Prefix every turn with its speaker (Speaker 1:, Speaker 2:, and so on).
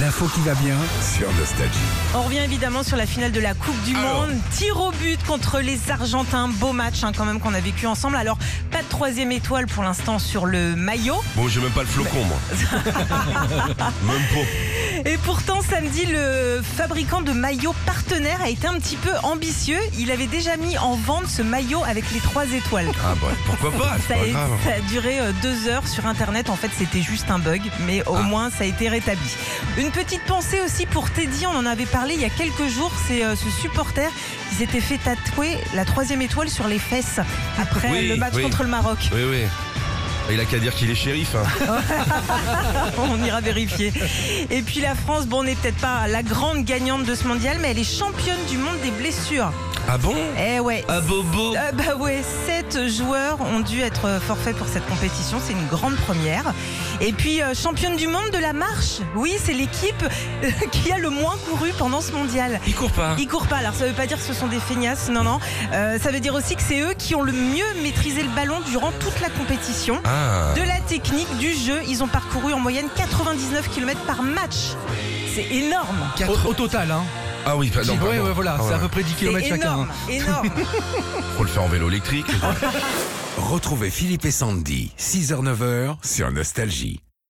Speaker 1: L'info qui va bien sur Nostalgie.
Speaker 2: On revient évidemment sur la finale de la Coupe du
Speaker 1: Alors.
Speaker 2: Monde. Tir au but contre les Argentins. Beau match hein, quand même qu'on a vécu ensemble. Alors, pas de troisième étoile pour l'instant sur le maillot.
Speaker 3: Bon, j'ai même pas le flocon, moi. même pas.
Speaker 2: Et pourtant, samedi, le fabricant de maillots partenaire a été un petit peu ambitieux. Il avait déjà mis en vente ce maillot avec les trois étoiles.
Speaker 3: Ah, bah, pourquoi pas C'est
Speaker 2: Ça
Speaker 3: pas grave.
Speaker 2: a, ça a duré euh, deux heures sur Internet. En fait, c'était juste un bug, mais
Speaker 3: Ah.
Speaker 2: au moins, ça a été rétabli. Une petite pensée aussi pour Teddy. On en avait parlé il y a quelques jours. C'est euh, ce supporter qui s'était fait tatouer la troisième étoile sur les fesses après
Speaker 3: Oui,
Speaker 2: le match
Speaker 3: oui.
Speaker 2: contre le Maroc.
Speaker 3: Oui, oui. Il a qu'à dire qu'il est shérif. hein.
Speaker 2: On ira vérifier. Et puis la France, bon, n'est peut-être pas la grande gagnante de ce mondial, mais elle est championne du monde des blessures.
Speaker 3: Ah bon
Speaker 2: Eh ouais.
Speaker 3: Ah, bobo
Speaker 2: Ah bah ouais, sept joueurs ont dû être forfaits pour cette compétition, c'est une grande première. Et puis euh, championne du monde de la marche, oui c'est l'équipe euh, qui a le moins couru pendant ce mondial.
Speaker 3: Il court
Speaker 1: Ah.
Speaker 3: pas.
Speaker 2: Ils courent pas, alors ça veut pas dire que ce sont des feignasses, non non. Euh, ça veut dire aussi que c'est eux qui ont le mieux maîtrisé le ballon durant toute la compétition.
Speaker 3: Ah.
Speaker 2: De la technique, du jeu, ils ont parcouru en moyenne 99 km par match. C'est énorme.
Speaker 1: Au, au total, hein.
Speaker 3: Ah oui, pardon.
Speaker 1: ouais,
Speaker 3: pardon.
Speaker 1: ouais, voilà,
Speaker 3: Ah
Speaker 1: c'est à
Speaker 3: ouais.
Speaker 1: peu près 10
Speaker 2: C'est
Speaker 1: km chacun.
Speaker 2: énorme,
Speaker 1: hein.
Speaker 2: énorme.
Speaker 3: Faut le faire en vélo électrique.
Speaker 4: Retrouvez Philippe et Sandy, 6h-9h sur Nostalgie.